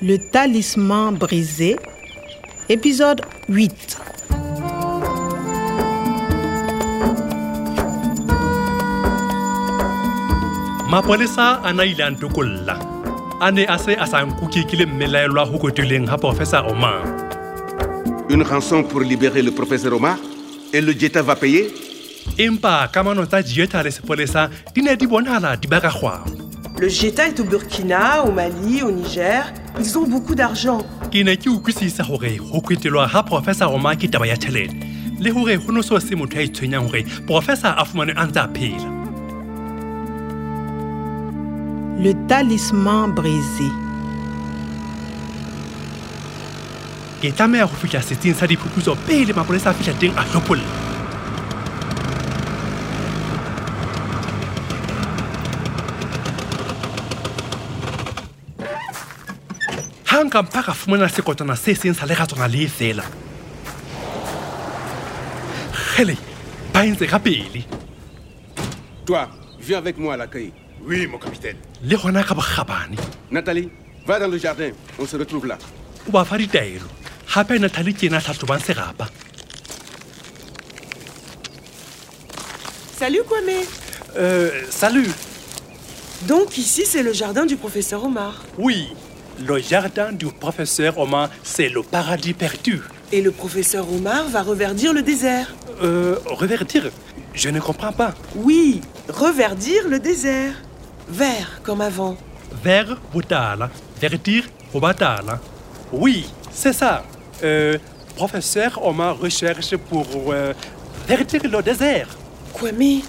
Le talisman brisé, épisode 8. mapolesa a na ile a ntokolla a ne a se a sa nkuke ke le mmelaelwa ho kotuleng ha professor omar Une rançon pour libérer le professeur Omar Et le Jetta va payer empa kamano tsa dieta le sepolesa di ne di bonahala di baka kgwao Le Jeta est au Burkina, au Mali, au Niger. Ils ont beaucoup d'argent. ke ne ke utlwisisa hore ho kwetelwa ha professor omar ke taba ya tjhelete le hore ho no so se motho a itshwenyang hore professor a fumanwe a ntse a phela Le talisman brisé. ke tlameha ho fihla setsing sa diphuputso pele mapolesa a fihla teng a hlopolla ha nka mpa ka fumana sekotwana se seng sa legatswana le e fela kgele ba entse ka pele Toi, viens avec moi à l'accueil. Oui, mon capitaine. le gona ka bokgabane Nathalie, va dans le jardin. On se retrouve là. o ba fa ditaelo gape nathale ke ena a tlhatlhobang serapa Salut Kwame. Euh, salut. Donc ici c'est le jardin du professeur Omar. Oui, le jardin du professeur Omar, c'est le paradis perdu. Et le professeur Omar va reverdir le désert. Euh, revertir Je ne comprends pas. Oui, reverdir le désert. Vert comme avant. vere botala verdir go ba tala Oui, c'est ça. Euh, professeur Omar recherche pour euh, verdir le désert. Kwame,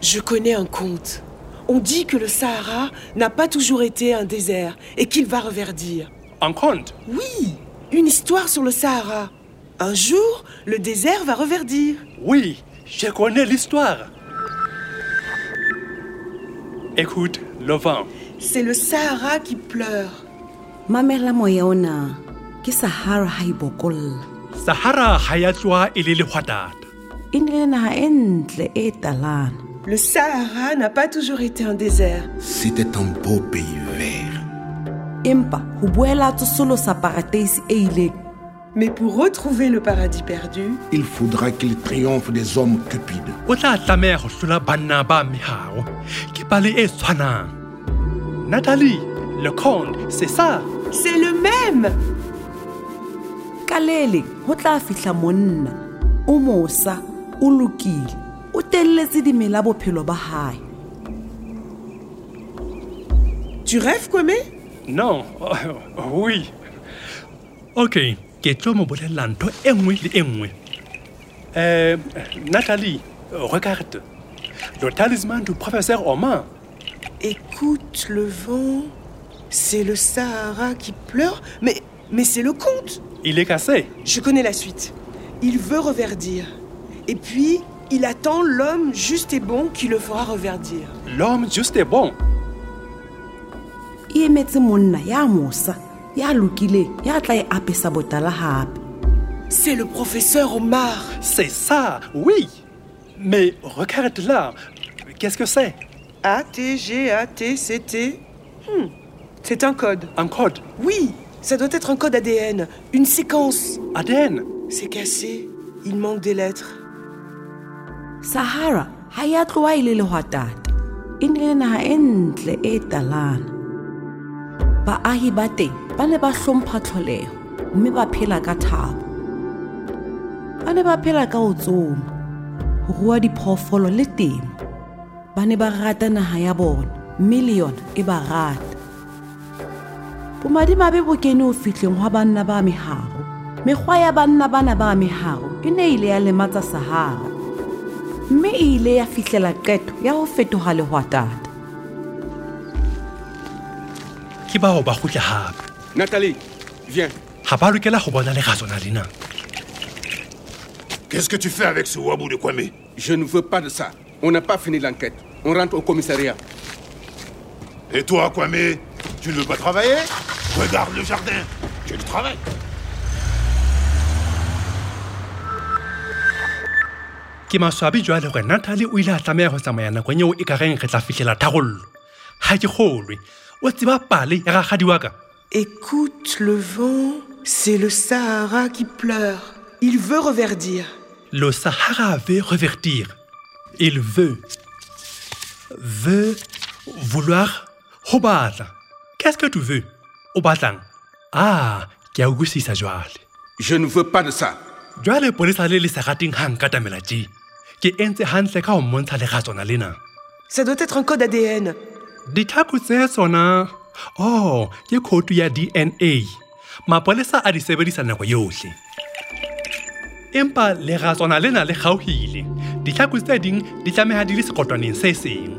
je connais un conte. On dit que le Sahara n'a pas toujours été un désert et qu'il va reverdir. En compte Oui, une histoire sur le Sahara. Un jour, le désert va reverdir. Oui, je connais l'histoire. Écoute, le vent. C'est le Sahara qui pleure. mamela moya ona ke sahara ha e bokolla sahara ga ya tloa e le legwatata e ne le naga e ntle e talana Le Sahara n'a pas toujours été un désert. C'était un beau pays vert. empa ho boela tsosolosa paratase e ileng Mais pour retrouver le paradis perdu, Il faudra qu'il triomphe des hommes cupides. o tla tlameya go hlola banna ba megago ke pale e tshwanang Nathalie, le conte, c'est ça. c'est le même. ka le leng ho tla fihla monna o mosa o lokile o telletse dimela bophelo ba hae Tu rêves, Kwame Non, oui. okay ke tlo mo bolelela ntho e nngwe le e nngwe Eh, Euh, Nathalie, regarde. Le talisman du professeur Omar. Écoute le vent. C'est le Sahara qui pleure. Mais, mais c'est le conte. Il est cassé. Je connais la suite. Il veut reverdir. Et puis, il attend l'homme juste et bon qui le fera reverdir. L'homme juste est bon. e emetse monna ya mosa ya lokileng ya tla e apesa botala hape C'est le professeur Omar. C'est ça, oui. Mais regarde là. Qu'est-ce que c'est A, T, G, A, T, C, T. Hmm, C'est un code. Un code Oui, ça doit être un code ADN. Une séquence. ADN. C'est cassé. Il manque des lettres. sahara ha ya tloa e le lehwatata e ne le naga e ntle e talana baahi ba teng ba ne ba hlompha tlholeho mme ba phela ka thabo ba ne ba phela ka ho tsoma ho rua diphoofolo le temo ba ne ba rata naha ya bona mme le yona e ba rata bomadimabe bo kene ho fihleng hwa banna ba meharo mekgwa ya banna bana ba meharo e ne ile ya lematsa sahara mme e ile ya fihlela qeto ya ho fetoha lehwatata ke bao ba gotle gape Nathalie, viens. ga ba lokela go bona legatswana lena Qu'est-ce que tu fais avec ce wabou de Kwame Je ne veux pas de ça. On n'a pas fini l'enquête. On rentre au commissariat. Et toi, Kwame Tu ne veux pas travailler Regarde le jardin, j'ai du travail. ke maswabi jwa le gore natale o ile a tlameya go tsamaya nakong eo e ka reng re tla fitlhela thagololo ga ke kgolwe o tseba pale ya ragadi wa ka Écoute le vent, c'est le Sahara qui pleure. Il veut reverdir. Le Sahara veut revertir. Il veut. Veut vouloir. Hobart. Qu'est-ce que tu veux? Hobart. Ah, ke a utlwisisa jwale. Je ne veux pas de ça. Jwale polisa le le sa rateng ha nkatamela tje. Ke entse hantle ka ho mmontsha leratswana lena. Ça doit être un code ADN. ditlhako tse tsona oh ke khoutu ya dna mapolesa a di sebedisa nako yohle empa leratswana lena le kgaohile ditlhako tse ding di tlameha di le sekotwaneng se seng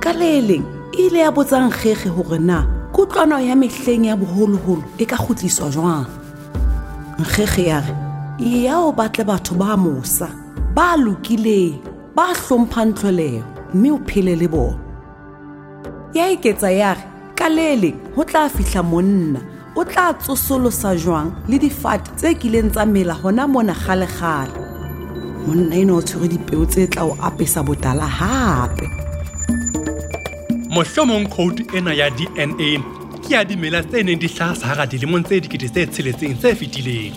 ka le leng e ile ya botsang kgege hore na kutlwano ya mehleng ya boholoholo e ka kgutliswa jwang nkgege ya re ya o batle batho ba mosa ba lokileng ba hlomphang tlholeho mme o phele le bona ya eketsa ya re ka le leng ho tla fihla monna o tla tsosolosa jwang le difate tse kileng tsa mela hona mona kgale-kgale monna ena o tshwere dipeo tse tla o apesa botala hape mohlomong khoutu ena ya dna ke ya dimela tse neng di hlaha sahara dilemong tse dikete tse tsheletseng tse fetileng